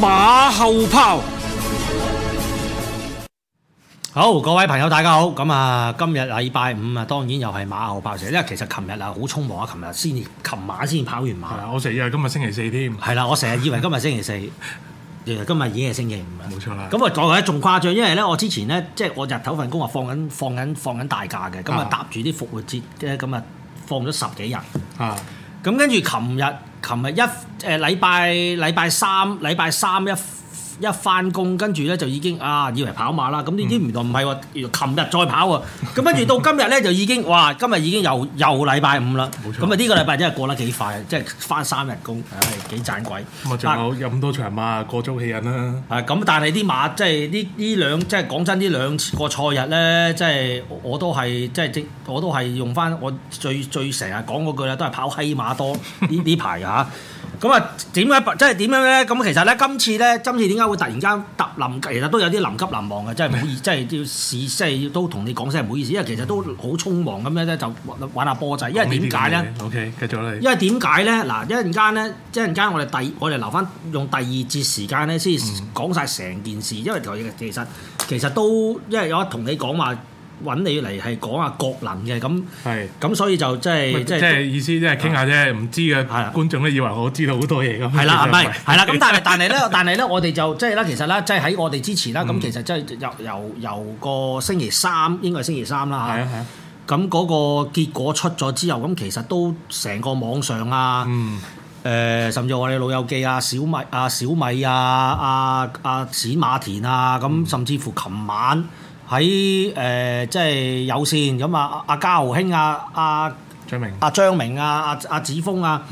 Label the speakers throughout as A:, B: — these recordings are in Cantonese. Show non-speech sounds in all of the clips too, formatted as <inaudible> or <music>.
A: 馬後炮。
B: 好，各位朋友大家好，咁啊，今日禮拜五啊，當然又係馬後炮時，因為其實琴日啊好匆忙啊，琴日先至，琴晚先跑完馬
C: 係，啦，我成日以為今日星期四添，
B: 係啦，我成日以為今日星期四，原來今日已經係星期五啦。
C: 冇錯啦。
B: 咁啊，我覺得仲誇張，因為咧，我之前咧，即係我日頭份工啊，放緊放緊放緊大假嘅，咁啊
C: 啊
B: 搭住啲復活節咧，咁啊放咗十幾日，
C: 啊，
B: 咁跟住琴日琴日一誒禮拜禮拜三禮拜三一一翻工，跟住咧就已經啊以為跑馬啦，咁
C: 嗯
B: 呢啲原來唔係喎，原來琴日再跑喎，咁跟住到今日咧就已經哇，今日已經又又禮拜五啦，
C: 冇錯
B: 咁啊呢個禮拜真係過得幾快，即係翻三日工，唉幾盞鬼。
C: 咁啊，仲有有咁多場馬過足氣癮啦。
B: 啊，咁但係啲馬即係呢呢兩即係講真呢兩個賽日咧，即係我我都係即係即我都係用翻我最最成日講嗰句啦，都係跑閪馬多
C: <laughs>
B: 呢呢排嚇。咁啊，點解即係點樣咧？咁其實咧，今次咧，今次點解會突然間突臨？其實都有啲臨急臨忙嘅，真係唔
C: <laughs>
B: 好意，即係要試，即係都同你講聲唔好意思，因為其實都好匆忙咁樣咧，就玩玩下波仔。因為點解咧？
C: 講呢啲咁嘅嘢？OK，繼續啦。
B: 因為點解咧？嗱，一陣間咧，一陣間我哋第我哋留翻用第二節時間咧，先講晒成件事。因為其實其實都因為有得同你講話揾你嚟係講下國能嘅，咁
C: 係。
B: 咁所以就即係
C: 咪
B: 即
C: 即
B: 係啊
C: 係意思即係傾下啫，唔知嘅
B: 係啦
C: 觀眾咧以為我知道好多嘢咁。
B: 係啦，啊
C: 其實
B: 係咪？係啦，咁但係但係咧，但係咧，我哋就即係啦，其實啦，即係喺我哋之前啦，咁其實即係由由由個星期三應該係星期三啦
C: 係啊
B: 嚇
C: 係啊，
B: 咁嗰個結果出咗之後，咁其實都成個網上啊。
C: 嗯，
B: 誒、呃甚至我哋老友記啊、小米啊、小米啊、啊啊冼馬田啊，咁甚至乎琴晚喺誒、呃即係有線咁啊，阿家豪兄啊、阿
C: 張明
B: 阿張明啊、阿阿子峰啊，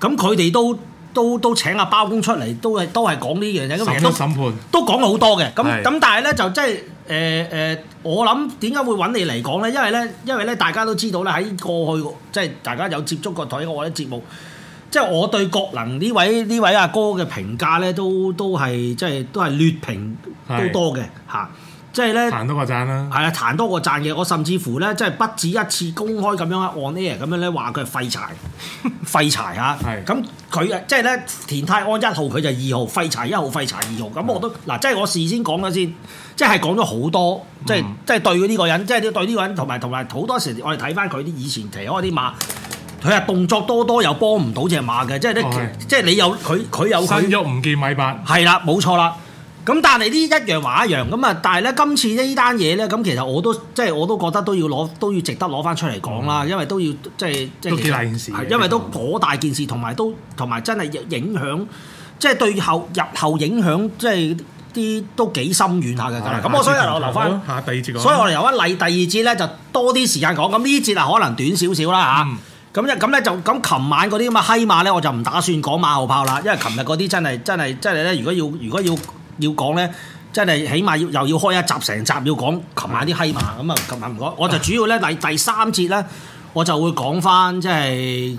B: 咁佢哋都都都請阿包公出嚟，都係都係講呢樣嘢，咁其啊
C: 審
B: 實都
C: 都審判，
B: 都講咗好多嘅，咁
C: 係
B: 咁但係咧就即係誒誒，我諗點解會揾你嚟講咧？因為咧，因為咧，大家都知道咧，喺過去即係大家有接觸過睇我啲節目，即係我對國能呢位呢位阿哥嘅評價咧，都都係即係都係劣評都
C: 係
B: 多嘅嚇，即係咧係
C: 彈多個讚啦。
B: 啊，彈多過讚嘅。我甚至乎咧，即係不止一次公開咁樣啊 on air 咁樣咧話佢係廢柴，廢柴嚇
C: 係。
B: 咁佢啊，即係咧田泰安一號佢就二號，廢柴一號，廢柴二號。咁我都嗱，即係我事先講咗先，即係講咗好多，即係即係對佢呢個人，即係對呢個人同埋同埋好多時我哋睇翻佢啲以前騎開啲馬。佢係動作多多又幫唔到只馬嘅，即係咧
C: 哦係
B: 即係你有佢佢有佢
C: 身喐唔見米八，
B: 係啦，冇錯啦。咁但係呢一樣話一樣咁啊！但係咧，今次呢單嘢咧，咁其實我都即係我都覺得都要攞都要值得攞翻出嚟講啦，因為都要即係即係
C: 嗯都幾大件事嘅
B: 係因為都頗大件事，同埋都同埋真係影響，即係對後日後影響，即係啲都幾深遠下嘅。咁我所以我留翻。
C: 啊下第二節講。
B: 所以我哋由一例第二節咧就多啲時間講，咁呢節啊可能短少少啦
C: 嗯
B: 嚇。咁就咁咧就咁，琴晚嗰啲咁嘅閪馬咧，我就唔打算講馬後炮啦，因為琴日嗰啲真係真係真係咧，如果要如果要要講咧，真係起碼要又要開一集成集要講琴晚啲閪馬，咁啊琴晚唔講，我就主要咧第第三節咧，我就會講翻即係誒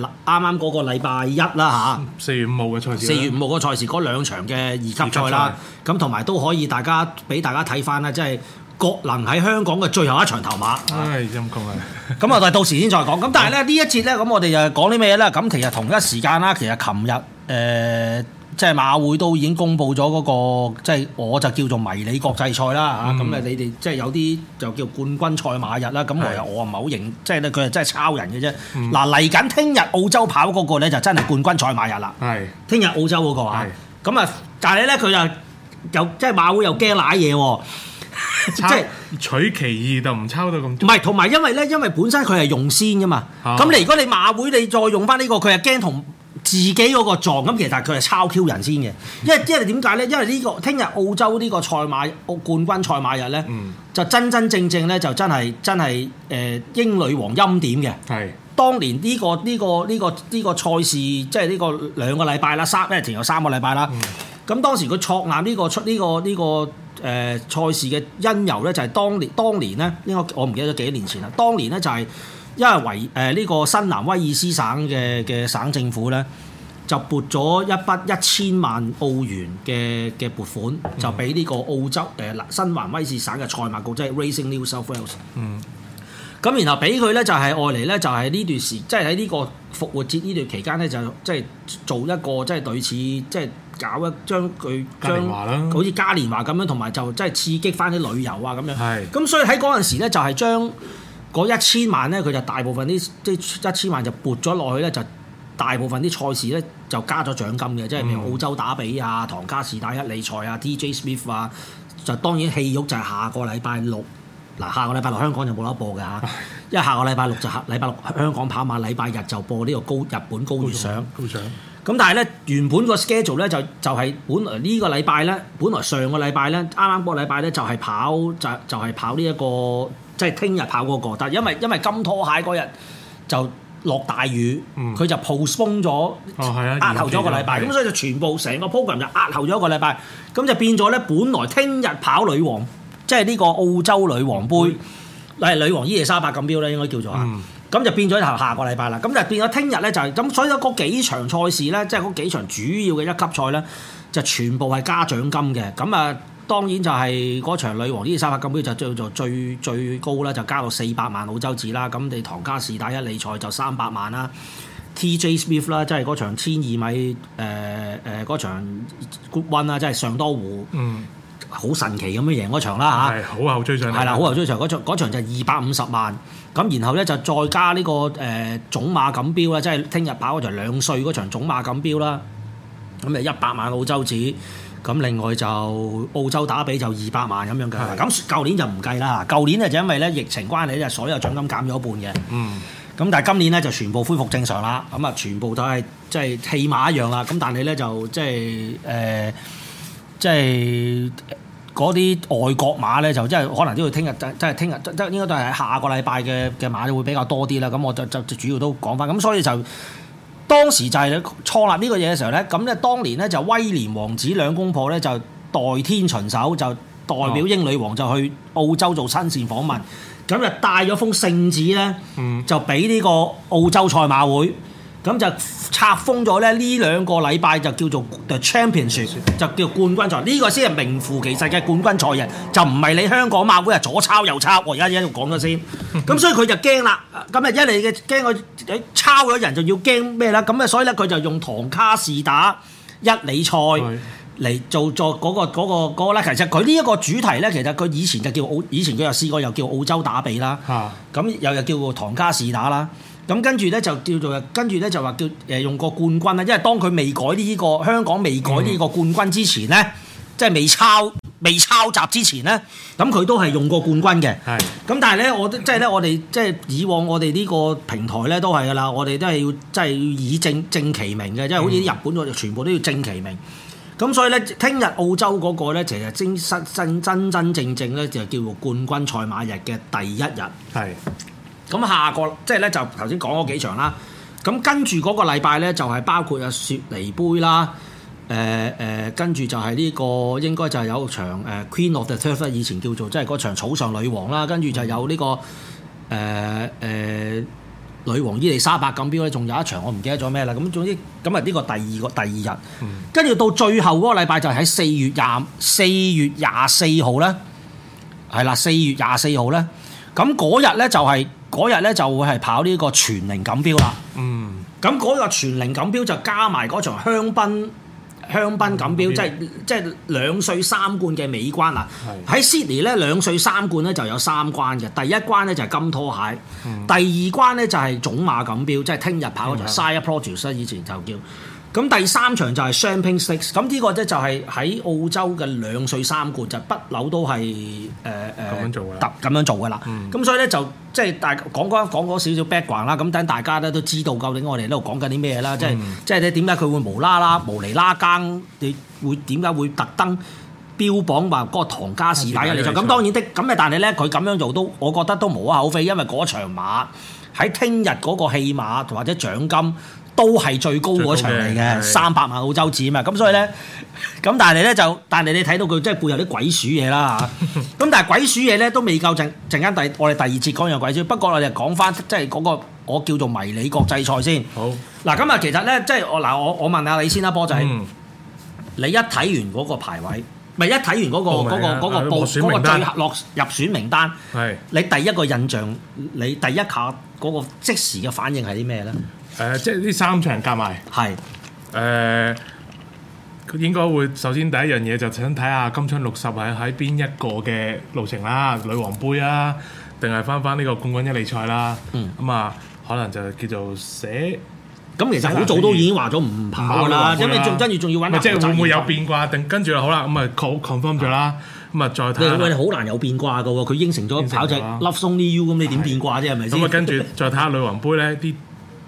B: 啱啱嗰個禮拜一啦嚇。
C: 四月五號嘅賽事啦，
B: 四月五號嗰個賽事嗰兩場嘅二級賽啦，咁同埋都可以大家俾大家睇翻啦，即係國能喺香港嘅最後一場頭馬。
C: 唉陰公啊！
B: 咁啊，但係到時先再講。咁但係咧呢一節咧，咁我哋就講啲咩咧？咁其實同一時間啦，其實琴日誒。呃即係馬會都已經公布咗嗰、個，即係我就叫做迷你國際賽啦嚇，咁啊、你哋即係有啲就叫冠軍賽馬日啦，咁我
C: 係
B: 又我唔係好認，即係咧佢係真係抄人嘅啫。嗱嚟緊聽日澳洲跑嗰個咧就真係冠軍賽馬日啦。
C: 係
B: 聽日澳洲嗰個啊，咁啊，但係咧佢又又即係馬會又驚賴嘢喎， <laughs> <laughs> 即係
C: 抄取其意就唔抄到咁
B: 唔係同埋因為咧，因為本身佢係用先噶嘛，
C: 啊
B: 咁你如果你馬會你再用翻呢個，佢係驚同自己嗰個撞，咁其實佢係抄 Q 人先嘅，因為因為點解咧？因為呢、個聽日澳洲呢個賽馬澳冠軍賽馬日咧，
C: 嗯
B: 就真真正正咧就真係真係誒、呃英女王欽點嘅。
C: 係
B: 當年呢、個呢、個呢、個呢、個賽事，即係呢個兩個禮拜啦，三因為停有三個禮拜啦。咁、當時佢錯攬呢個出呢、個呢、個誒、呃、賽事嘅因由咧，就係、當年當年咧，應該我唔記得咗幾年前啦。當年咧就係、因為維誒呢個新南威爾斯省嘅嘅省政府咧。就撥咗一筆一千萬澳元嘅嘅撥款，就俾呢個澳洲誒、呃新南威士省嘅賽馬局，即係 Racing New South Wales。
C: 嗯
B: 咁然後俾佢咧就係愛嚟咧，就係呢段時，即係喺呢個復活節呢段期間咧，就即係做一個即係對此即係搞一將佢
C: 嘉年華啦
B: 將好似嘉年華咁樣，同埋就即係刺激翻啲旅遊啊咁樣。
C: 係
B: 咁所以喺嗰陣時咧，就係將嗰一千萬咧，佢就大部分啲即係一千萬就撥咗落去咧，就大部分啲賽事咧就加咗獎金嘅，即係譬如
C: 嗯
B: 澳洲打比啊、唐卡士打一理賽啊、DJ Smith 啊，就當然戲肉就係下個禮拜六。嗱，下個禮拜六香港就冇得播嘅嚇，因為下個禮拜六就下禮拜六香港跑馬，禮拜日就播呢個高日本高月賞。
C: 高獎
B: 咁但係咧，原本個 schedule 咧就就係、本來呢個禮拜咧，本來上個禮拜咧，啱啱嗰個禮拜咧就係跑就就係、跑呢、一個即係聽日跑嗰、個，但係因為因為金拖蟹嗰日就落大雨，
C: 嗯
B: 佢、就 postpone 咗，
C: 係啊
B: 壓後咗一個禮拜，
C: 延期咗
B: 咁所以就全部成個 program 就壓後咗一個禮拜，咁就變咗咧，本來聽日跑女王，即係呢個澳洲女王杯，係女王伊麗莎白錦標咧，應該叫做啊。
C: 嗯
B: 咁就變咗頭下個禮拜啦，咁就變咗聽日咧就係咁，所以嗰幾場賽事咧，即係嗰幾場主要嘅一級賽咧，就全部係加獎金嘅。咁啊，當然就係嗰場女王呢三百金杯就叫做最最高啦，就加到四百萬澳洲紙啦。咁你唐家士打一理賽就三百萬啦。T.J. Smith 啦，即係嗰場千二米誒誒嗰場 Good One 啦，即係上多湖
C: 嗯
B: 好神奇咁樣贏嗰場啦嚇。
C: 係好後追上嚟
B: 啊係啦，好啊頭追場嗰場嗰場就二百五十萬，咁然後咧就再加呢、個誒、呃、種馬錦標啦，即係聽日跑嗰場兩歲嗰場種馬錦標啦，咁就一百萬澳洲紙，咁另外就澳洲打比就二百萬咁樣嘅，
C: 係
B: 咁舊年就唔計啦，舊年咧就因為咧疫情關係咧，就所有獎金減咗一半嘅。
C: 嗯
B: 咁但係今年咧就全部恢復正常啦，咁啊全部都係即係戲碼一樣啦。咁但係咧就即係誒，即係嗰啲外國馬咧就即係可能都要聽日，即即係聽日即即應該都係下個禮拜嘅嘅馬會比較多啲啦。咁我就就就主要都講翻，咁所以就。當時就係創立呢個嘢嘅時候咧，咁咧當年咧就威廉王子兩公婆咧就代天巡守，就代表英女王就去澳洲做親善訪問，咁就帶咗封聖旨咧。
C: 嗯
B: 就俾呢個澳洲賽馬會，咁就拆封咗咧呢兩個禮拜就叫做 The Championship，就叫冠軍賽，呢、個先係名副其實嘅冠軍賽日，就唔係你香港馬會係左抄右抄。我而家喺度講咗先，咁所以佢就驚啦。咁啊，一嚟嘅驚佢抄咗人就要驚咩啦？咁啊，所以咧佢就用唐卡士打一理賽。
C: 係
B: 嚟做作嗰、個嗰、個嗰、個啦，其實佢呢一個主題咧，其實佢以前就叫澳，以前佢又試過又叫澳洲打比啦，
C: 嚇
B: 咁又又叫做唐加士打啦。咁跟住咧就叫做，跟住咧就話叫誒用個冠軍啦，因為當佢未改呢、個香港未改呢個冠軍之前咧，即係未抄未抄襲之前咧，咁佢都係用過冠軍嘅。
C: 係
B: 咁但係咧，我都即係咧，我哋即係以往我哋呢個平台咧都係噶啦，我哋都係要即係要以正正其名嘅，即係好似啲日本嗰啲全部都要正其名。咁所以咧，聽日澳洲嗰個咧，其實真真真真真正正咧就叫做冠軍賽馬日嘅第一日。
C: 係
B: 咁下個即係咧就頭先講嗰幾場啦。咁跟住嗰個禮拜咧就係、包括啊雪梨杯啦，誒、誒，跟、住就係呢、個應該就係有場誒、Queen of the Turf 啦以前叫做即係嗰場草上女王啦，跟住就有呢、個誒誒。女王伊麗莎白錦標咧，仲有一場我唔記得咗咩啦。咁總之咁啊，呢個第二個第二日，跟住到最後嗰個禮拜就係喺四月廿四月廿四號咧，係啦，四月廿四號咧。咁嗰日咧就係、嗰日咧就會係跑呢個全齡錦標啦。
C: 嗯
B: 咁嗰個全齡錦標就加埋嗰場香檳香檳錦標，
C: 嗯
B: 即係即係兩歲三冠嘅尾關啦。喺 Sydney 咧兩歲三冠咧就有三關嘅，第一關咧就係金拖蟹，
C: 嗯
B: 第二關咧就係種馬錦標，即係聽日跑嗰場
C: 聽日
B: s i r Produce 啦以前就叫。咁第三場就係 Champagne Stakes，咁呢個咧就係喺澳洲嘅兩歲三冠，就不嬲都係誒
C: 咁
B: 誒
C: 樣做㗎啦
B: 特咁樣做㗎啦。
C: 嗯
B: 咁所以咧就即係大講嗰講嗰少少 background 啦，咁等大家咧都知道究竟我哋呢度講緊啲咩啦，即係即係咧點解佢會無啦啦無厘啦更，你會點解會特登標榜話嗰個唐家士打一嚟就咁當然的，咁但係咧佢咁樣做都，我覺得都無可厚非，因為嗰場馬喺聽日嗰個戲碼或者獎金都係最高嗰場嚟
C: 最高嘅
B: 嘅，
C: 係
B: 三百萬澳洲紙嘛，咁所以咧。咁但係咧就，但係你睇到佢即係背後啲鬼鼠嘢
C: <laughs>
B: 啦嚇。咁但係鬼鼠嘢咧都未夠陣陣間第我哋第二節講樣鬼鼠，不過我哋講翻即係嗰個我叫做迷你國際賽先。
C: 好
B: 嗱咁啊，其實咧即係我嗱我我問下你先啦，波仔，
C: 嗯
B: 你一睇完嗰個排位，咪一睇完嗰個嗰
C: 報名
B: 個
C: 啊
B: 嗰個
C: 落
B: 報
C: 選
B: 嗰個
C: 名單
B: 最後落入選名單，
C: 係
B: 你第一個印象，你第一下嗰個即時嘅反應係啲咩咧？
C: 誒，即係呢三場夾埋
B: 係
C: 誒，佢應該會首先第一樣嘢就想睇下金槍六十係喺邊一個嘅路程啦，女王杯啊，定係翻翻呢個冠軍一哩賽啦。
B: 嗯
C: 咁啊，可能就叫做寫
B: 咁其實好早都已經話咗唔跑㗎啦，
C: 唔跑
B: 因
C: 女王杯
B: 為
C: 啦
B: 仲跟住仲要揾
C: 咪
B: 阿
C: 即係會唔會有
B: 何澤賢
C: 變卦？定跟住好啦，咁啊 con- confirm 咗啦，咁啊再
B: 你喂
C: 睇
B: 你
C: 下。
B: 好難有變卦㗎喎，佢應承咗
C: 應承
B: 跑隻
C: 咗啦
B: Love Sony U 咁，你點變卦啫？係咪先？
C: 咁啊，跟住再睇下女王杯咧，啲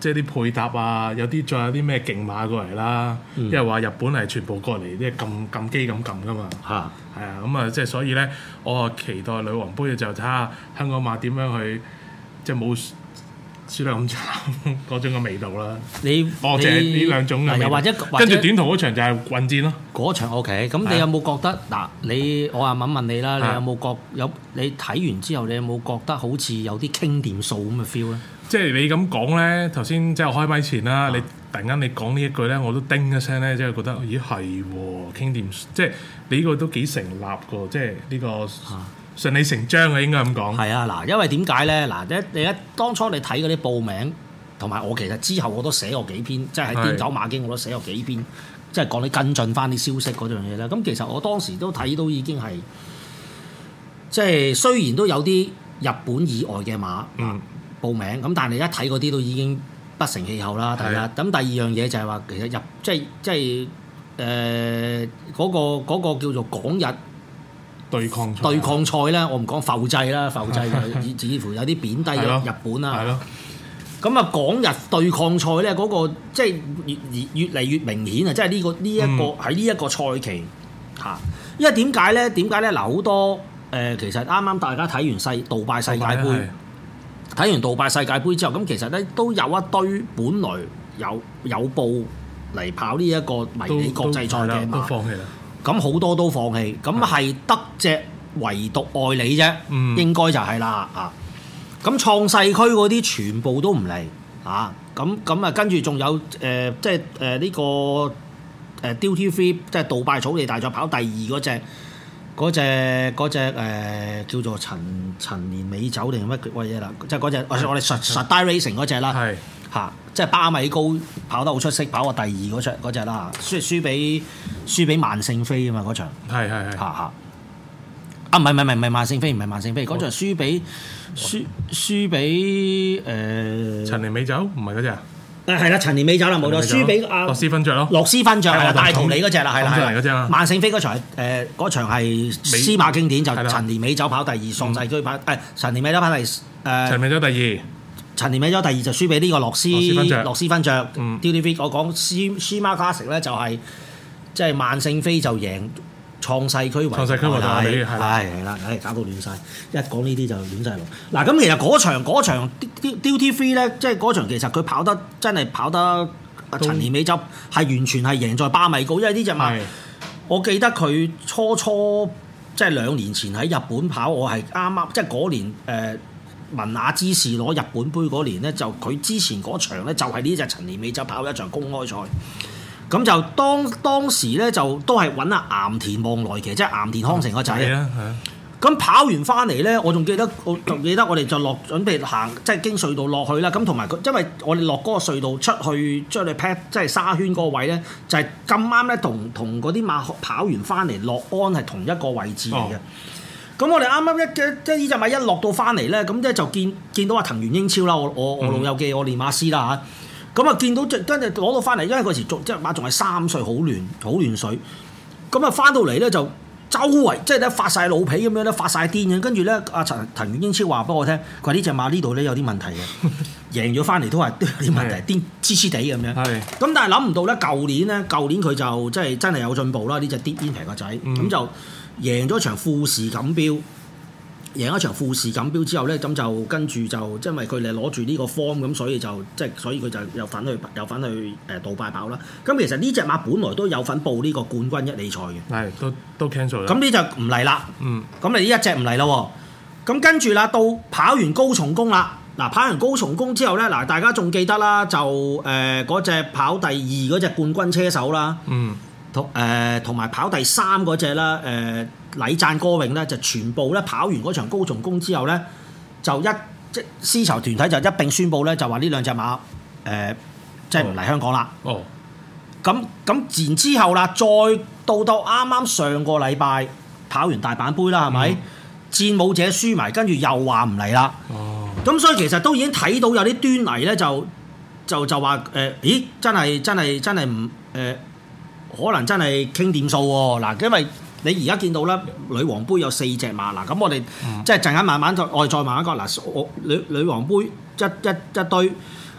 C: 即係啲配搭啊，有啲再有啲咩勁馬過嚟啦，
B: 嗯
C: 因為話日本係全部過嚟，即係撳撳機咁撳噶嘛。
B: 嚇
C: 係啊，咁啊，即係所以咧，我啊期待女王杯嘅就睇下香港馬點樣去，即係冇輸輸得咁慘 <laughs> 嗰種嘅味道啦。
B: 你
C: 哦，就係呢兩種嘅
B: 嗱
C: 味道。
B: 又或者
C: 跟住短途嗰場就係混戰咯。
B: 嗰場 OK，咁
C: 係啊
B: 你有冇覺得嗱？你我啊問問你啦，
C: 啊
B: 你有冇覺有你睇完之後，你有冇覺得好似有啲傾掂數咁嘅 feel 咧？
C: 即係你咁講咧，頭先即係我開咪前
B: 啊
C: 啦，你突然間你講呢一句咧，我都叮一聲咧，即係覺得咦係喎，傾掂，即係你呢個都幾成立嘅，即係呢個順理成章嘅應該咁講。
B: 啊係啊，嗱，因為點解咧？嗱，一你一當初你睇嗰啲報名，同埋我其實之後我都寫過幾篇，即係喺
C: 係
B: 癲狗馬經我都寫過幾篇，即係講你跟進翻啲消息嗰樣嘢啦。咁其實我當時都睇到已經係，即係雖然都有啲日本以外嘅馬
C: 嗯，
B: 報名，咁但係你一睇嗰啲都已經不成氣候啦。第一，
C: 係
B: 咁第二樣嘢就係話其實入即係即係誒嗰個嗰、個叫做港日
C: 對抗賽
B: 對抗賽啦，我唔講埠制
C: <laughs>
B: 啦，埠制就以至乎有啲貶低
C: 係咯
B: 咗日本
C: 係
B: 啦。
C: 咯，
B: 咁啊，港日對抗賽咧，嗰、個即係越越越嚟越明顯啊！即係呢、個呢一、個
C: 嗯
B: 喺呢一個賽期嚇，因為點解咧？點解咧？嗱，好多誒、呃其實啱啱大家睇完世杜拜世界盃。睇完杜拜世界盃之後，咁其實咧都有一堆本來有有報嚟跑呢一個
C: 係
B: 迷你國際賽嘅
C: 都係啦都
B: 馬，
C: 放棄啦。
B: 咁好多都放棄，咁係得隻唯獨愛你啫，
C: 嗯
B: 應該就係啦啊！咁創世區嗰啲全部都唔嚟啊！咁咁啊，跟住仲有誒、呃即係誒呢個誒、呃 Duty Free，即係杜拜草地大賽跑第二嗰只。嗰只嗰只誒叫做陳陳年美酒定乜鬼嘢啦，即係嗰只我我哋實實 die racing 嗰只啦
C: 係
B: 嚇，即係巴米高跑得好出色，跑過第二嗰隻嗰只啦，輸輸俾輸俾萬聖飛啊嘛嗰場
C: 係係
B: 嚇
C: 係，
B: 嚇，啊唔係唔係唔係唔係萬聖飛唔係萬聖飛，嗰場輸俾輸輸俾誒
C: 陳年美酒唔係嗰只啊，
B: 誒係啦陳年美酒啦冇錯，
C: 陳年
B: 輸
C: 美
B: 俾啊
C: 酒
B: 阿
C: 洛斯芬爵咯，
B: 洛斯芬爵係啦，
C: 係啦
B: 大同你嗰只啦，係啦，
C: 同
B: 係
C: 同嗰隻啊
B: 萬聖飛嗰場係誒嗰場係司馬經典，就
C: 係啦嗯
B: 陳年美酒跑第二，宋世居跑誒陳年美酒跑第呃
C: 陳
B: 誒
C: 美酒第二，
B: 陳年美酒第二就輸俾呢個洛斯
C: 洛斯芬爵
B: 洛斯芬爵
C: 嗯
B: d u t y Free 我講司司馬 Classic 咧就係即係萬聖飛就贏創世區為
C: 創世區為代理
B: 係
C: 係
B: 啦
C: 啦
B: 係啦，唉搞到亂晒。一講呢啲就亂晒路。嗱咁其實嗰場嗰場 Duty Free 咧，即係嗰場其實佢跑得真係跑得。阿
C: 都
B: 陳年美酒係完全係贏在巴米高，因為呢只馬
C: 係
B: 我記得佢初初即係兩年前喺日本跑，我係啱啱即係嗰年誒、呃文雅之士攞日本杯嗰年咧，就佢之前嗰場咧就係呢只陳年美酒跑一場公開賽。咁就當當時咧就都係揾阿岩田望來其即係岩田康成個仔。
C: 係啊係啊，
B: 咁跑完翻嚟咧，我仲記得我仲記得我哋就落準備行，即係經隧道落去啦。咁同埋佢，因為我哋落嗰個隧道出去，將你 pat 即係沙圈嗰個位咧，就係咁啱咧，同同嗰啲馬跑完翻嚟落安係同一個位置嚟嘅。咁、我哋啱啱一嘅即係呢只馬一落到翻嚟咧，咁即係就見見到阿藤原英超啦，我我我老友記，我練馬師啦嚇。咁啊見到即跟住攞到翻嚟，因為嗰時仲即係馬仲係三歲，好亂好亂水。咁啊翻到嚟咧就周圍即係咧發晒老脾咁樣咧發晒癲嘅，跟住咧阿陳陳元英超話俾我聽，佢話呢只馬呢度咧有啲問題嘅，贏咗翻嚟都係都有啲問題，癲黐黐地咁樣。
C: 係
B: 咁但係諗唔到咧，舊年咧，舊年佢就即係真係有進步啦，呢只跌煙皮個仔，咁、
C: 嗯
B: 就贏咗場富士錦標。贏一場富士錦標之後咧，咁就跟住就因為佢哋攞住呢個 form 咁，所以就即係所以佢就有份去有份去誒杜拜跑啦。咁其實呢只馬本來都有份報呢個冠軍一哩賽嘅，
C: 係都都 cancel 啦。
B: 咁呢就唔嚟啦。
C: 嗯
B: 咁你呢一隻唔嚟咯喎，咁跟住啦，到跑完高松宮啦，嗱跑完高松宮之後咧，嗱大家仲記得啦，就誒嗰只跑第二嗰只冠軍車手啦，
C: 嗯
B: 同誒同埋跑第三嗰只啦，誒、呃、禮讚歌詠咧就全部咧跑完嗰場高松宮之後咧，就一即絲綢團體就一並宣布咧，就話呢兩隻馬誒、呃即係唔嚟香港啦。
C: 哦，
B: 咁咁然之後啦，再到到啱啱上個禮拜跑完大阪杯啦，係咪？戰舞者輸埋，跟住又話唔嚟啦。
C: 哦，
B: 咁所以其實都已經睇到有啲端倪咧，就就就話誒、呃咦，真係真係真係唔誒，可能真係傾掂數喎、嗱，因為你而家見到啦，女王杯有四隻馬嗱，咁我哋、即係陣間慢慢再我哋再慢慢講嗱，我女女王杯一一一堆，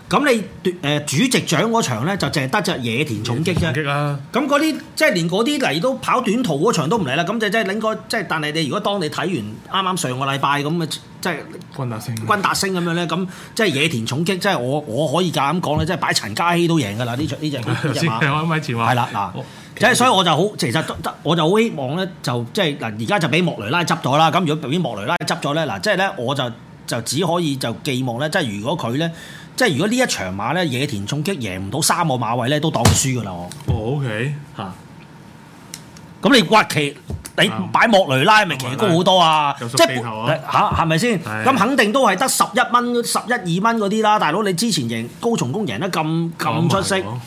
B: 咁你奪誒、呃主席獎嗰場咧就淨係得只野田重擊啫。
C: 擊啦，
B: 咁嗰啲即係連嗰啲嚟都跑短途嗰場都唔嚟啦，咁就即係應該即係，但係你如果當你睇完啱啱上個禮拜咁嘅，即係
C: 軍達勝， <laughs>
B: 軍達星咁樣咧，咁即係野田重擊，即係我我可以咁講咧，即係擺陳嘉熙都贏㗎啦！呢場呢只呢
C: 頭
B: 只
C: 先
B: 馬
C: 開咪前話
B: 係啦嗱
C: 哦，
B: 即係所以我就好其實得我就好希望咧，就即係嗱而家就俾莫雷拉執咗啦。咁如果俾莫雷拉執咗咧，嗱即係咧我就就只可以就寄望咧，即係如果佢咧，即係如果呢一場馬咧野田重擊贏唔到三個馬位咧，都當佢輸㗎啦我
C: 哦，OK，
B: 嚇。咁你挖奇，你
C: 啊
B: 擺莫雷拉咪奇高好多啊！
C: 有
B: 即
C: 熟
B: 係
C: 地頭啊
B: 嚇係咪先？
C: 係
B: 咁肯定都係得十一蚊、十一二蚊嗰啲啦，大佬你之前贏高松宮贏得咁咁出色，
C: 哦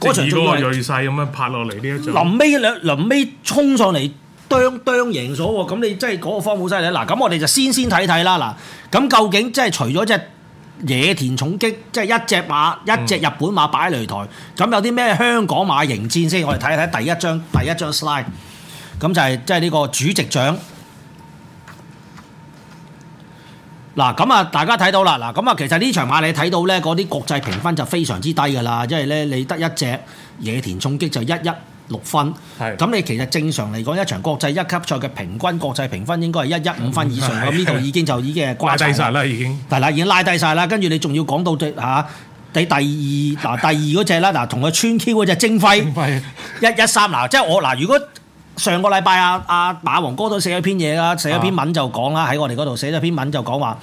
B: 嗰
C: 即係
B: 場
C: 以
B: 仲
C: 嗰個
B: 要係
C: 鋭勢咁樣拍落嚟呢一仗，
B: 臨尾兩臨尾衝上嚟。啄啄贏咗喎，咁你真係嗰個方好犀利嗱，咁我哋就先先睇睇啦嗱，咁究竟即係除咗只野田重擊，即係一隻馬一隻日本馬擺擂台，咁、有啲咩香港馬迎戰先？我哋睇一睇第一張第一張 slide，咁就係即係呢個主席獎。嗱咁啊，大家睇到啦，嗱咁啊，其實呢場馬你睇到咧，嗰啲國際評分就非常之低㗎啦，因為咧你得一隻野田重擊就一一六分，
C: 係
B: 咁你其實正常嚟講，一場國際一級賽嘅平均國際評分應該係一一五分以上，咁呢度已經就已經係
C: 掛
B: 瓜柴啦
C: 低晒啦已經，
B: 係啦，已經拉低晒啦，跟住你仲要講到最嚇，你第二嗱第二嗰只啦，嗱同佢穿 Q 嗰只精輝
C: 係
B: 一一三嗱，即係我嗱，如果上個禮拜阿阿馬王哥都寫咗篇嘢啦，寫咗篇文就講啦，喺我哋嗰度寫咗篇文就講話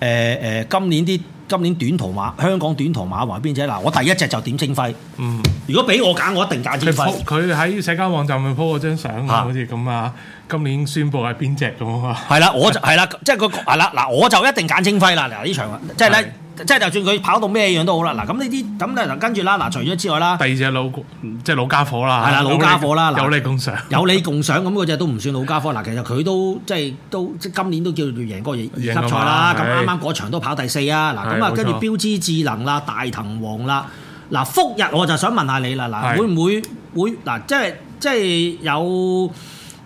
B: 誒誒，今年啲今年短途馬香港短途馬還邊隻嗱，我第一隻就點精輝，
C: 嗯。
B: 如果俾我揀，我一定揀
C: 佢
B: 精輝
C: 鋪。佢喺社交網站咪 po 嗰張相
B: 啊
C: 啊，好似咁啊，今年宣佈係邊只咁啊
B: 係啦，我就係啦，即係個係啦，嗱，我就一定揀清輝啦。嗱，呢場啊即係咧，即係就算佢跑到咩樣都好啦。嗱，咁呢啲咁咧，嗱跟住啦，嗱，除咗之外啦
C: 嘛，，第二隻老即係老家伙啦，
B: 係啦老家伙啦嗱
C: 有你共賞，
B: 有你共賞咁嗰只都唔算老家科。嗱，其實佢都即係都即係今年都叫做贏過二級
C: 贏過
B: 賽啦。
C: 嘛
B: 咁啱
C: 係
B: 啱嗰場都跑第四啊。嗱，
C: 係
B: 咁啊
C: 冇錯
B: 跟住標誌智能啦、大藤王啦。嗱，福日我就想問下你啦，嗱，
C: 係
B: 會唔會會嗱，即係即係有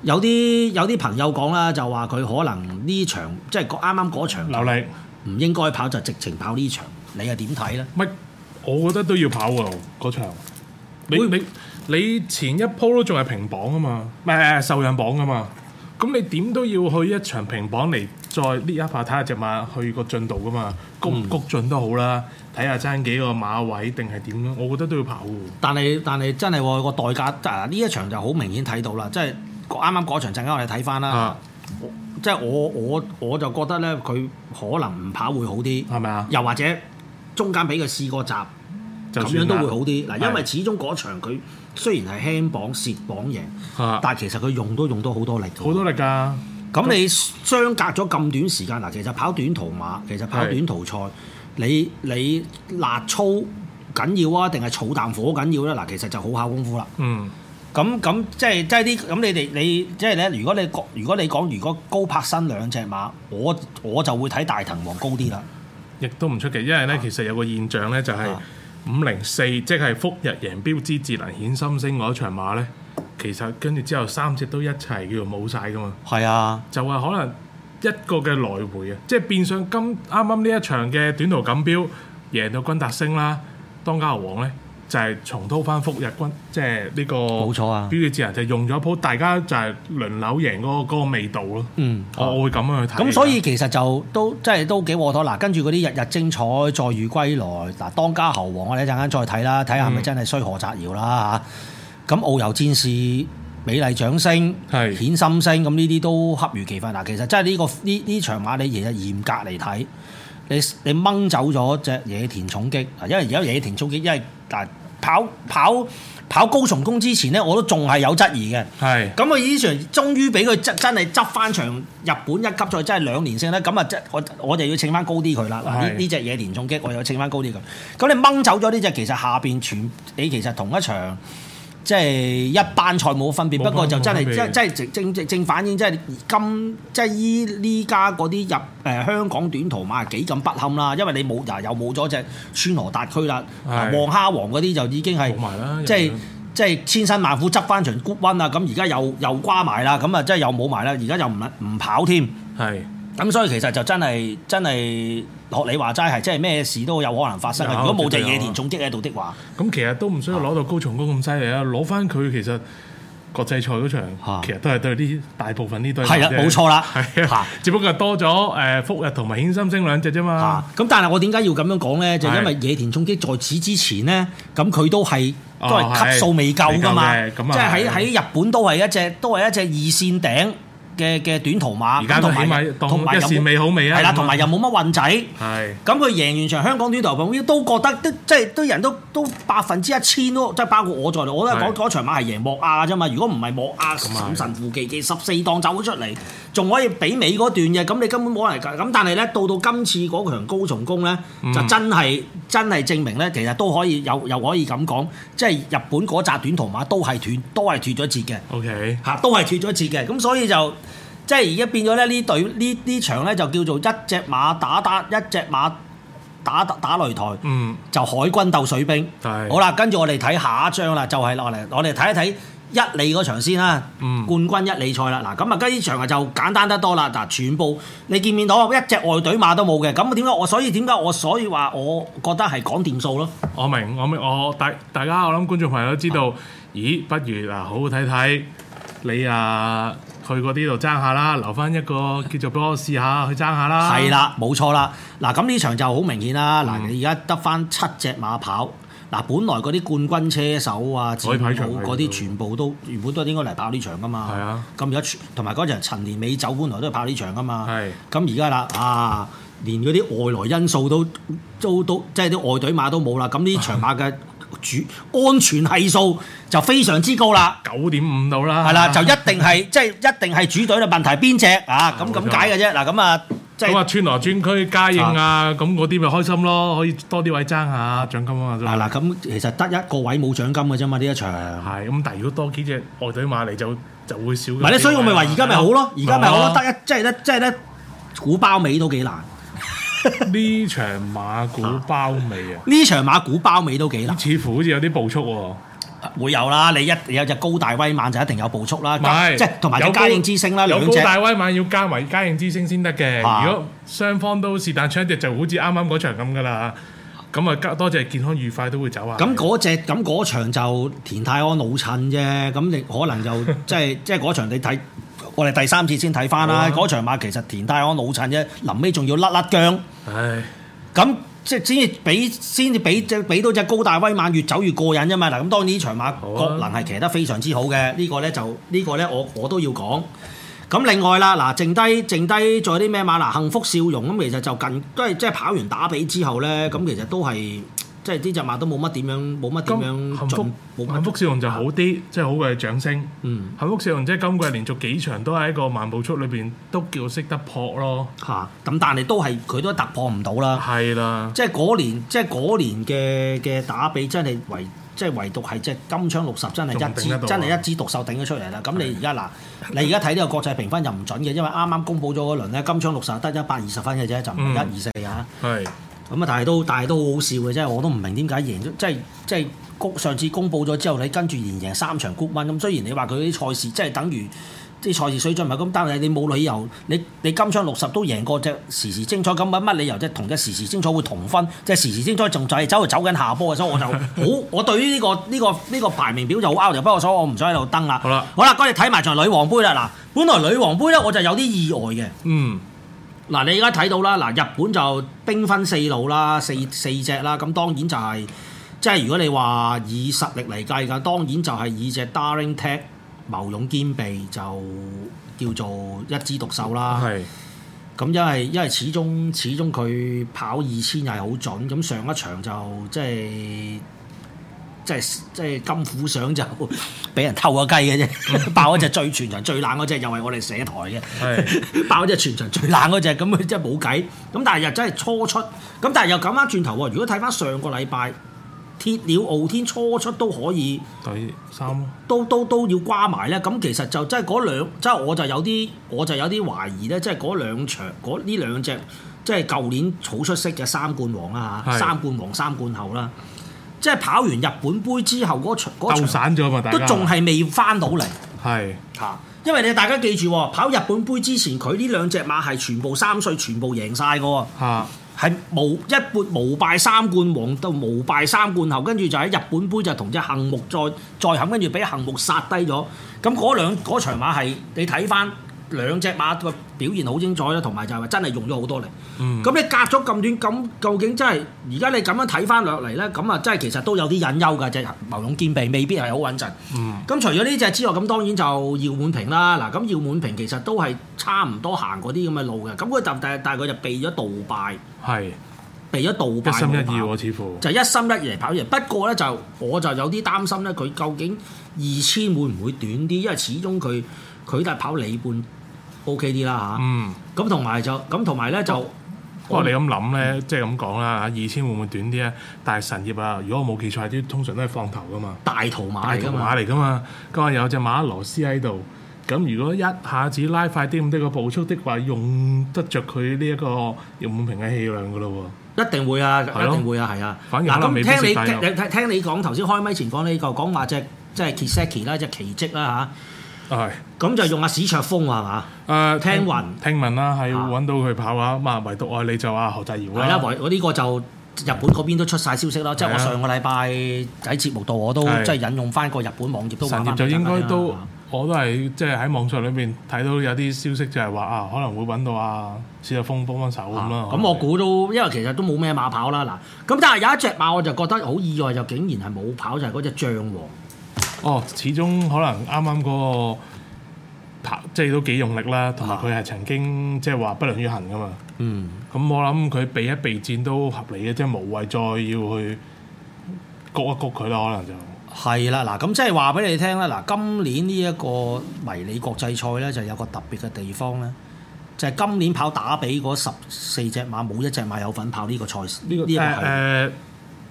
B: 有啲有啲朋友講啦，就話佢可能呢場即係嗰啱啱嗰場
C: 流力。
B: 唔應該跑就直情跑呢場，你又點睇咧？
C: 唔係，我覺得都要跑喎嗰場。你
B: 會
C: 你你前一鋪都仲係平磅啊嘛，唔係誒受讓磅啊嘛。咁你點都要去一場平磅嚟再呢一下睇下只馬去個進度噶嘛，谷
B: 嗯
C: 唔谷進都好啦，睇下爭幾個馬位定係點咯。我覺得都要跑喎。
B: 但係但係真係喎個代價，嗱呢一場就好明顯睇到啦，即係啱啱嗰場陣間我哋睇翻啦
C: 啊，，
B: 即係我我我就覺得咧佢可能唔跑會好啲，
C: 係咪啊？
B: 又或者中間俾佢試過閘，
C: 就
B: 咁
C: 算
B: 樣都
C: 啦
B: 會好啲。嗱，因為
C: 係
B: 始終嗰場佢雖然係輕磅蝕磅贏，
C: 啊
B: 但係其實佢用都用到好多力㗎喎。
C: 好多力㗎。
B: 咁你相隔咗咁短時間嗱，其實跑短途馬，其實跑
C: 係
B: 短途賽，你你辣操緊要啊，定係儲啖火緊要咧？嗱，其實就好考功夫啦。
C: 嗯，
B: 咁咁即係即係啲咁你哋你即係咧，如果你講如果你講如果高柏新兩隻馬，我我就會睇大藤王高啲啦。
C: 亦都唔出奇，因為咧其實有個現象咧就係
B: 啊
C: 五零四，即係福日贏標之智能顯心星嗰場馬咧，其實跟住之後三隻都一齊叫做冇晒噶嘛，
B: 係啊，
C: 就係可能一個嘅來回啊，即係變相今啱啱呢一場嘅短途錦標贏到君達星啦，當家牛王咧就係、重蹈翻福日君，即係呢個
B: 冇錯啊
C: 標之智能就用咗鋪，大家就係輪流贏嗰、個嗰個味道咯。
B: 嗯，
C: 我我會咁樣去睇㗎。
B: 咁所以其實就都即係都幾和妥嗱，跟住嗰啲日日精彩，再遇歸來嗱，當家猴王我啊哋一陣間再睇啦，睇下係咪真係衰何澤瑤啦嚇。咁遨遊戰士、美麗掌聲、
C: 係
B: 顯心聲，咁呢啲都恰如其分嗱。其實真係呢、個呢呢場馬你其實嚴格嚟睇，你你掹走咗只野田重擊嗱，因為而家野田重擊因為嗱跑跑跑高重工之前咧，我都仲係有質疑嘅。
C: 係
B: 咁佢呢場終於俾佢真真係執翻場日本一級賽，真係兩連勝咧。咁啊，即我我就要稱翻高啲佢啦。嗱呢
C: 係
B: 呢只野田重擊，我又稱翻高啲佢。咁你掹走咗呢只，其實下邊全你其實同一場。即係一班賽冇分別，
C: 冇分
B: 不過就真係
C: 冇分別
B: 即係正正正正反映，即係今即係依呢家嗰啲入誒香港短途馬係幾咁不堪啦，因為你冇嗱又冇咗只川河達區啦，啊
C: 係
B: 黃蝦王嗰啲就已經係
C: 冇埋啦
B: 即係
C: 又。
B: 即係千辛萬苦執翻場 good one 啦，咁而家又又瓜埋啦，咁啊即係又冇埋啦，而家又唔唔跑添，
C: 係
B: 咁所以其實就真係真係學你話齋係，即係咩事都有可能發生嘅。
C: 有
B: 如果冇隻
C: 絕對有
B: 野田重擊喺度的話，
C: 咁其實都唔需要攞到高重工咁犀利啊！攞翻佢其實國際賽嗰
B: 啊
C: 場，其實都係對啲大部分呢堆馬
B: 係啦
C: 啫
B: 冇錯啦
C: <laughs> 係
B: 啊
C: 啊，只不過係多咗誒福日同埋顯心星兩隻啫嘛
B: 啊，咁但係我點解要咁樣講咧？就
C: 係
B: 因為野田重擊在此之前咧，咁佢都係都係級數未夠㗎嘛，
C: 哦未夠嘅咁啊
B: 即係喺
C: 係
B: 喺日本都係一隻都係一隻二線頂嘅嘅短途馬，
C: 而家都
B: 咁
C: 起
B: 同埋
C: 碼當
B: 同埋
C: 一
B: 又
C: 線
B: 冇
C: 尾好尾啊！
B: 係啦，
C: 咁啊
B: 同埋又冇乜運仔。
C: 係
B: 咁佢贏完場香港短頭棒，都覺得都即係都人都都百分之一千都，即係包括我在內，我都係講
C: 係
B: 嗰場馬係贏莫亞啫嘛。如果唔係莫亞
C: 咁啊
B: 審神乎其技十四檔走咗出嚟，仲可以媲美嗰段嘅，咁你根本冇人嚟咁但係咧，到到今次嗰場高松宮咧，
C: 嗯
B: 就真係真係證明咧，其實都可以有又可以咁講，即係日本嗰扎短途馬都係斷都係斷咗節嘅。
C: OK
B: 嚇都係脱咗節嘅，咁所以就即係而家變咗咧呢隊呢呢場咧就叫做一隻馬打打一隻馬打打打擂台，
C: 嗯
B: 就海軍鬥水兵。
C: 係
B: 好啦，跟住我哋睇下一張啦，就係落嚟我哋睇一睇一哩嗰場先啦，
C: 嗯
B: 冠軍一哩賽啦。嗱咁啊，跟住呢場啊就簡單得多啦。嗱，全部你見唔見到一隻外隊馬都冇嘅，咁點解我所以點解我所以話我覺得係講掂數咯？
C: 我明，我明，我大大家我諗觀眾朋友都知道，咦，不如嗱，好好睇睇你啊，去嗰啲度爭下啦，留翻一個叫做俾我試下去爭下啦。
B: 係，啦，冇錯啦。嗱，咁呢場就好明顯啦。嗱、
C: 嗯
B: 你而家得翻七隻馬跑。嗱，本來嗰啲冠軍車手啊、
C: 可以睇場
B: 戰
C: 嘅
B: 舞嗰啲，
C: 都
B: 全部都原本都應該嚟跑呢場噶嘛。
C: 係啊。
B: 咁而家全同埋嗰陣陳年美酒本來都係跑呢場噶嘛。
C: 係
B: 咁而家啦，啊，連嗰啲外來因素都都都即係啲外隊馬都冇啦。咁
C: <laughs>
B: 呢場馬嘅主安全係數就非常之高啦。
C: 九點五到啦。
B: 係啦，就一定係即係一定係主隊嘅問題邊只啊？咁
C: 冇錯
B: 咁解嘅啫。嗱，咁啊，即係
C: 咁。啊，川羅專區嘉應啊，咁嗰啲咪開心咯，可以多啲位爭下獎金啊嘛。真
B: 嗱
C: 係
B: 嗱，咁其實得一個位冇獎金嘅啫嘛，呢一場。
C: 係咁，但係如果多幾隻外隊馬嚟就就會少咗幾位
B: 咪
C: 啦。
B: 咧，所以我咪話而家咪好咯，而家咪好咯，
C: 係哦
B: 得一即啊係咧，即係咧，估包尾都幾難。
C: 呢場馬股包尾啊，
B: 呢場馬估包尾都幾難，
C: 似乎好似有啲步速
B: 啊
C: 喎。
B: 會有啦。你一你有隻高大威猛就一定有步速啦，
C: 唔係，
B: 即係同埋隻
C: 有高
B: 嘉應之星啦，
C: 有
B: 兩
C: 高
B: 隻
C: 大威猛要加埋嘉應之星先得嘅。
B: 啊
C: 如果雙方都是但搶一隻，就好似啱啱嗰場咁噶啦。咁啊，加多隻健康愉快都會走啊。
B: 咁嗰只咁嗰場就田泰安老襯啫，咁你可能就 <laughs> 即係即係嗰場你睇，我哋第三次先睇翻
C: 好
B: 啦。
C: 啊
B: 嗰場馬其實田泰安老襯啫，臨尾仲要甩甩姜。
C: 唉，
B: 咁即係先至俾先至俾只俾到只高大威猛越走越過癮啫嘛！嗱，咁當然呢場馬
C: 好啊
B: 郭能係騎得非常之好嘅，呢、個咧就呢、個咧我我都要講。咁另外啦，嗱，剩低剩低仲有啲咩馬嗱？幸福笑容咁其實就近都係即係跑完打比之後咧，咁其實都係即係呢只馬都冇乜點樣冇乜點
C: 咁幸
B: 樣
C: 福
B: 進冇乜
C: 幸福笑容就好啲，即係好過掌聲。
B: 嗯
C: 幸福笑容即係今季連續幾場都喺一個慢步速裏邊都叫識得撲咯。
B: 嚇，咁但係都係佢都突破唔到啦。
C: 係啦，
B: 即係嗰年，即係嗰年嘅嘅打比真係唯，即係唯獨係即係金槍六十真係一
C: 仲頂得
B: 枝
C: 到啊
B: 真係一枝獨秀頂咗出嚟啦。咁你而家嗱，你而家睇呢個國際評分又唔準嘅，因為啱啱公佈咗嗰輪咧，金槍六十得一百二十分嘅啫，就唔係
C: 嗯
B: 一二四啊。
C: 係
B: 咁啊，但係都但係都好好笑嘅，即係我都唔明點解贏咗，即係即係公上次公佈咗之後，你跟住連贏三場 group one 咁，雖然你話佢啲賽事即係等於啲賽事水準唔係咁，但係你冇理由你你金槍六十都贏過隻時時精彩，咁乜乜理由即係同隻時時精彩會同分？即係時時精彩仲就係走去走緊下波嘅，所以我就好 <laughs> 我對於呢、個呢、個呢、個排名表就好 out 嘅，不過所以我唔想喺度登啦。
C: 好啦
B: 好啦，嗰日睇埋場女王杯啦，嗱，本來女王杯咧我就有啲意外嘅。
C: 嗯
B: 嗱，你而家睇到啦，嗱，日本就兵分四路啦，四四隻啦，咁當然就係、即係如果你話以實力嚟計㗎，當然就係以隻 Darling Tech 謀勇兼備就叫做一枝獨秀啦。
C: 係
B: 咁因為因為始終始終佢跑二千又係好準，咁上一場就即係即係即係金虎相就 <laughs> 俾人偷咗雞嘅啫，爆嗰只最全場最冷嗰只，又係我哋社台嘅，<laughs>
C: 係
B: 爆嗰只全場最冷嗰只，咁佢真係冇計。咁但係又真係初出，咁但係又咁翻轉頭喎。如果睇翻上個禮拜，鐵鳥傲天初出都可以。
C: 第三咯，
B: 都都都要瓜埋咧，咁其實就即係嗰兩，即係我就有啲我就有啲懷疑咧，即係嗰兩場嗰呢兩隻，即係舊年好出色嘅三冠王啦嚇，
C: 係
B: 三冠王三冠後啦，即係跑完日本杯之後嗰場嗰
C: 鬥
B: 場
C: 散咗嘛，大家
B: 都仲係未翻到嚟
C: 係
B: 嚇，因為你大家記住喎，跑日本杯之前佢呢兩隻馬係全部三歲全部贏晒嘅喎。
C: 嚇
B: 係無一冠無敗三冠王到無敗三冠後，跟住就喺日本杯就同只幸木再再冚，跟住俾幸木殺低咗。咁嗰兩嗰場馬係你睇翻兩隻馬個表現好精彩啦，同埋就係話真係用咗好多力。
C: 嗯
B: 咁你隔咗咁短，咁究竟真係而家你咁樣睇翻落嚟咧，咁啊真係其實都有啲隱憂㗎，隻牛勇兼備未必係好穩陣。
C: 嗯
B: 咁除咗呢只之外，咁當然就姚滿平啦。嗱，咁姚滿平其實都係差唔多行嗰啲咁嘅路嘅，咁佢就但但係佢就避咗杜拜。
C: 係
B: 避咗杜拜
C: 一心一意
B: 冇跑
C: 喎，似乎
B: 就一心一意嚟跑贏。不過咧就我就有啲擔心咧，佢究竟二千會唔會短啲？因為始終佢佢都係跑里半 OK 啲啦
C: 嗯。哦
B: 嚇。咁同埋就咁同埋咧就
C: 不過你咁諗咧，
B: 嗯
C: 即係咁講啦，二千會唔會短啲咧？但係神業啊，如果我冇記錯，啲通常都係放頭噶嘛，
B: 大圖馬
C: 大
B: 嚟
C: 頭
B: 㗎
C: 馬
B: 嘛。
C: 嚟噶嘛。佢話有隻馬羅斯喺度，咁如果一下子拉快啲咁多個步速的話，用得着佢呢一個姚滿平嘅氣量噶咯
B: 一定會啊，
C: 係
B: 一
C: 咯
B: 定會啊，係啊。
C: 反而可能
B: 嗱，
C: 未必
B: 咁聽你
C: 識帶入
B: 聽聽聽你講頭先開咪前講呢個講話只即係 Kiseki 啦，只奇蹟啦
C: 喎。啊係
B: 嚇，咁就用阿史卓峰啊係嘛？
C: 誒，
B: 聽聞
C: 聽聞啦，係
B: 啊
C: 揾到佢跑啊嘛，唯獨愛你就阿何澤堯
B: 係啦，
C: 啦，
B: 維我呢個就日本嗰邊都出晒消息啦，即啊係我
C: 係啊
B: 上個禮拜喺節目度我都
C: 係
B: 即係引用翻個日本網頁都
C: 神
B: 話
C: 業
B: 翻
C: 就
B: 俾
C: 應
B: 大家
C: 該
B: 聽啦
C: 都。我都係即係喺網上裏面睇到有啲消息，就係話啊，可能會揾到啊，史有峰幫幫手咁
B: 啊
C: 啦。可
B: 咁
C: 能
B: 我
C: 係
B: 估都，因為其實都冇咩馬跑啦嗱，咁但係有一隻馬我就覺得好意外，就竟然係冇跑就係嗰只象王，
C: 哦，始終可能啱啱嗰個跑，即係都幾用力啦，同埋佢係曾經即係話不良於行噶嘛。
B: 嗯，
C: 咁我諗佢避一避戰都合理嘅，即係無謂再要去谷一谷佢啦，可能就
B: 係啦嗱，咁即係話俾你聽啦嗱，今年呢一個迷你國際賽咧就有個特別嘅地方咧，就係今年跑打比嗰十四隻馬冇一隻馬有份跑呢個賽事，呢一個
C: 誒
B: 係。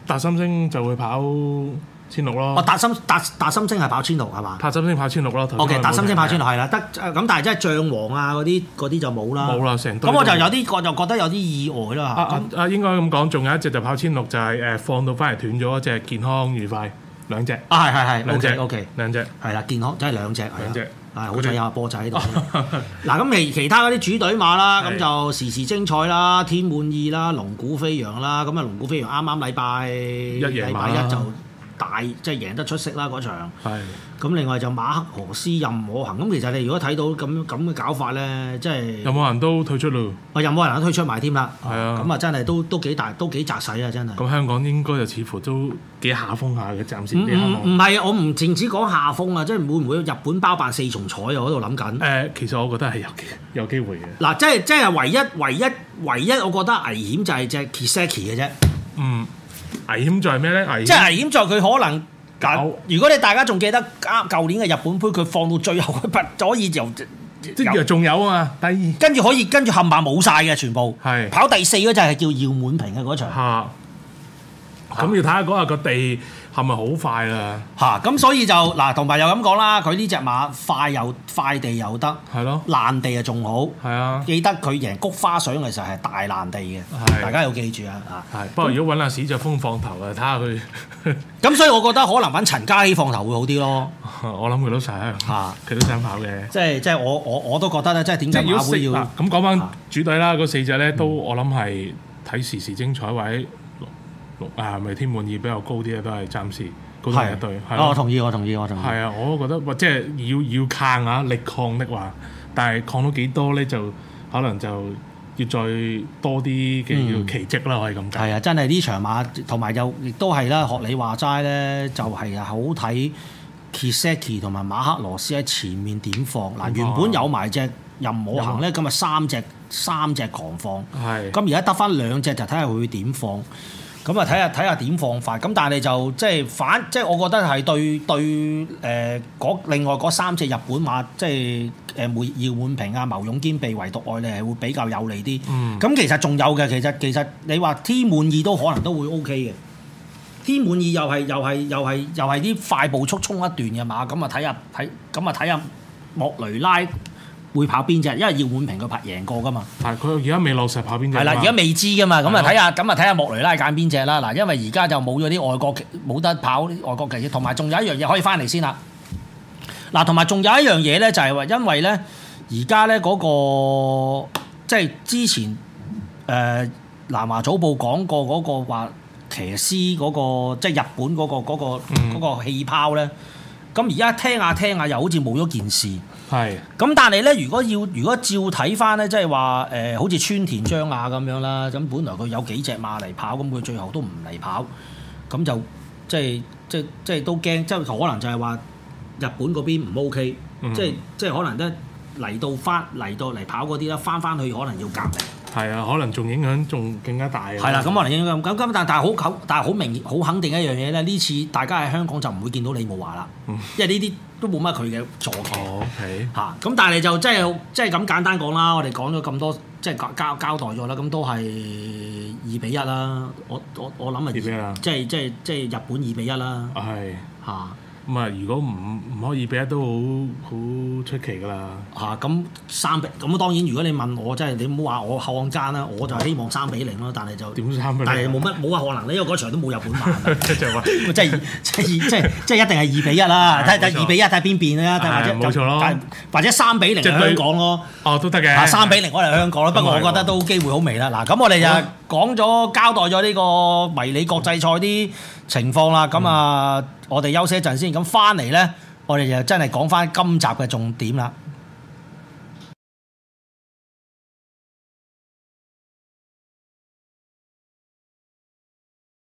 C: 誒達心星就會跑千六
B: 我
C: 咯，
B: 哦達心達達心星係跑千六係嘛？
C: 達心星跑千六咯。頭先
B: O.K.
C: 我哋
B: 達心星
C: 啊冇
B: 跑
C: 提
B: 穿落係啦，得誒咁，但係真係象王啊嗰啲嗰啲就冇啦。
C: 冇啦成堆
B: 咁我就
C: 都冇
B: 有啲我就覺得有啲意外啦
C: 啊
B: 嚇。
C: 啊
B: 咁
C: 啊！應該咁講，仲有一隻就跑千六，就係誒放到翻嚟斷咗一隻健康愉快兩隻，
B: 啊係係係
C: 兩隻
B: ，O.K. O.K. <laughs>
C: 兩隻
B: 係啦，健康真係兩隻，係啦
C: 兩隻
B: 係好彩有阿波仔喺
C: <laughs>
B: 度。嗱咁其其他嗰啲主隊馬啦，咁
C: 係
B: 就時時精彩啦，天滿意啦，龍鼓飛揚啦，咁啊龍鼓飛揚啱啱禮拜一
C: 夜
B: 禮
C: 晚
B: 拜
C: 啦
B: 一就大即係贏得出色啦嗰場。
C: 係
B: 咁另外就馬克何斯任我行，咁其實你如果睇到咁咁嘅搞法咧，即係
C: 有冇人都退出咯？
B: 我任何人都推出埋添啦，
C: 係啊
B: 咁啊真係都都幾大，都幾扎使啊真係。
C: 咁香港應該就似乎都幾下風下嘅，暫時
B: 唔
C: 呢一刻
B: 唔
C: 望。
B: 唔係啊，我唔淨止講下風啊，即係會唔會日本包辦四重彩啊？我喺度諗緊。
C: 誒，其實我覺得係有機有機會嘅。
B: 嗱，即係即係唯一唯一唯一，我覺得危險就係只 Kiseki 嘅啫，
C: 嗯，危險在咩咧？危
B: 即
C: 險
B: 係危險在佢可能。啊
C: 搞
B: 如果你大家仲記得啱舊年嘅日本杯，佢放到最後佢 <laughs> 不可以由
C: 即係
B: 由
C: 仲有啊嘛，第二
B: 跟住可以跟住冚唪唥冇晒嘅全部，
C: 係
B: 跑第四嗰隻係叫耀滿平嘅嗰場。
C: 下。咁要睇下嗰日個地係咪好快啦？
B: 嚇！咁所以就嗱，同埋又咁講啦，佢呢只馬快又快地又得，
C: 係咯，
B: 爛地啊仲好。
C: 係啊，
B: 記得佢贏菊花賞嘅時候係大爛地嘅，
C: 係
B: 大家要記住啊！啊，
C: 係。不過如果揾阿史卓峰放頭啊，睇下佢， <laughs>
B: 咁所以我覺得可能揾陳嘉熙放頭會好啲咯，
C: 我諗佢都想，
B: 嚇！
C: 佢都想跑嘅。
B: 即係即係我我我都覺得咧，即係點
C: 即
B: 解
C: 係如
B: 馬
C: 果四
B: 會要
C: 嗱咁講翻
B: 啊嗯
C: 主隊啦，嗰四隻咧都我諗係睇時時精彩位六六啊，咪天滿意比較高啲嘅都係暫時高多一隊，係
B: 哦我
C: 咯
B: 同意，我同意，我同意。
C: 係啊，我都覺得或即係要要抗啊，力抗的話，但係抗到幾多咧就可能就要再多啲嘅
B: 嗯
C: 叫奇蹟啦，可以咁計。
B: 係啊，真係呢場馬，同埋又亦都係啦，學你話齋咧，就係、啊好睇 Kiseki 同埋馬克羅斯喺前面點放。嗱，原本有埋隻任我行咧，咁啊三隻三隻狂放，
C: 係
B: 咁而家得翻兩隻就睇下佢會點放。咁啊睇下睇下點放法。咁但係就即係反，即係我覺得係對對誒嗰、另外嗰三隻日本馬，即係誒呃梅姚滿平啊、牟勇兼備、唯獨愛你係會比較有利啲。咁、
C: 嗯
B: 其實仲有嘅，其實其實你話 T 滿意都可能都會 OK 嘅。T 滿意又係又係又係又係啲快步速衝一段嘅馬，咁啊睇下睇咁啊睇下莫雷拉會跑邊只，因為姚滿平佢拍贏過噶嘛。
C: 但係佢而家未落實跑邊只啊
B: 係啦，而家未知噶嘛，咁
C: 係
B: 啊
C: 咯
B: 睇下，咁啊睇下莫雷拉揀邊只啦。嗱，因為而家就冇咗啲外國騎冇得跑啲外國騎師，同埋仲有一樣嘢可以翻嚟先啦。嗱，同埋仲有一樣嘢咧，就係話因為咧，而家咧嗰個即係之前誒、呃南華早報講過嗰個話騎師嗰、個即係日本嗰、個嗰、個
C: 嗯
B: 嗰、個氣泡咧，咁而家聽下聽下又好似冇咗件事。
C: 係
B: 咁但係咧，如果要如果照睇翻咧，即係話誒，好似川田張亞咁樣啦，咁本來佢有幾隻馬嚟跑，咁佢最後都唔嚟跑，咁就即係即係即係都驚，即係可能就係話日本嗰邊唔 OK，、
C: 嗯
B: 即係即係可能咧嚟到翻嚟到嚟跑嗰啲咧，翻翻去可能要隔離。
C: 係啊，可能仲影響仲更加大啊。
B: 係啦，咁可能應該咁咁咁，但但係好但係好明顯好肯定一樣嘢咧，呢次大家喺香港就唔會見到李慕華啦，
C: 嗯
B: 因為呢啲都冇乜佢嘅助騎。
C: 哦，OK，
B: 嚇！咁但係就即係即係咁簡單講啦，我哋講咗咁多，即係交交交代咗啦，咁都係二比一啦。我我我諗
C: 二比一啊
B: 係即係即係即係日本二比一啦
C: 係
B: 嚇
C: 咁啊！如果唔唔可以俾一都好好出奇㗎啦。
B: 嚇咁三比咁當然，如果你問我，即係你唔好話我後巷奸啦，我就希望三比零啦，但係就
C: 點三比零
B: 但係冇乜冇乜可能咧，因為嗰場都冇日本馬。
C: <laughs> 就話
B: 啊即係即係即係即係一定係二比一啦，
C: 係啊
B: 睇睇
C: 冇錯
B: 二比一睇邊邊啦，
C: 係
B: 睇或
C: 冇
B: 者
C: 錯咯
B: 但或者三比零
C: 即係
B: 香
C: 對
B: 港咯。
C: 哦都得
B: 啊
C: 嘅，啊
B: 三比零我哋香港啦，不過我覺得都機會好微啦。嗱，咁我哋就
C: 好
B: 講咗交代咗呢個迷你國際賽啲情況啦。
C: 嗯
B: 咁啊，我哋休息一陣先，咁翻嚟咧，我哋就真係講翻今集嘅重點啦。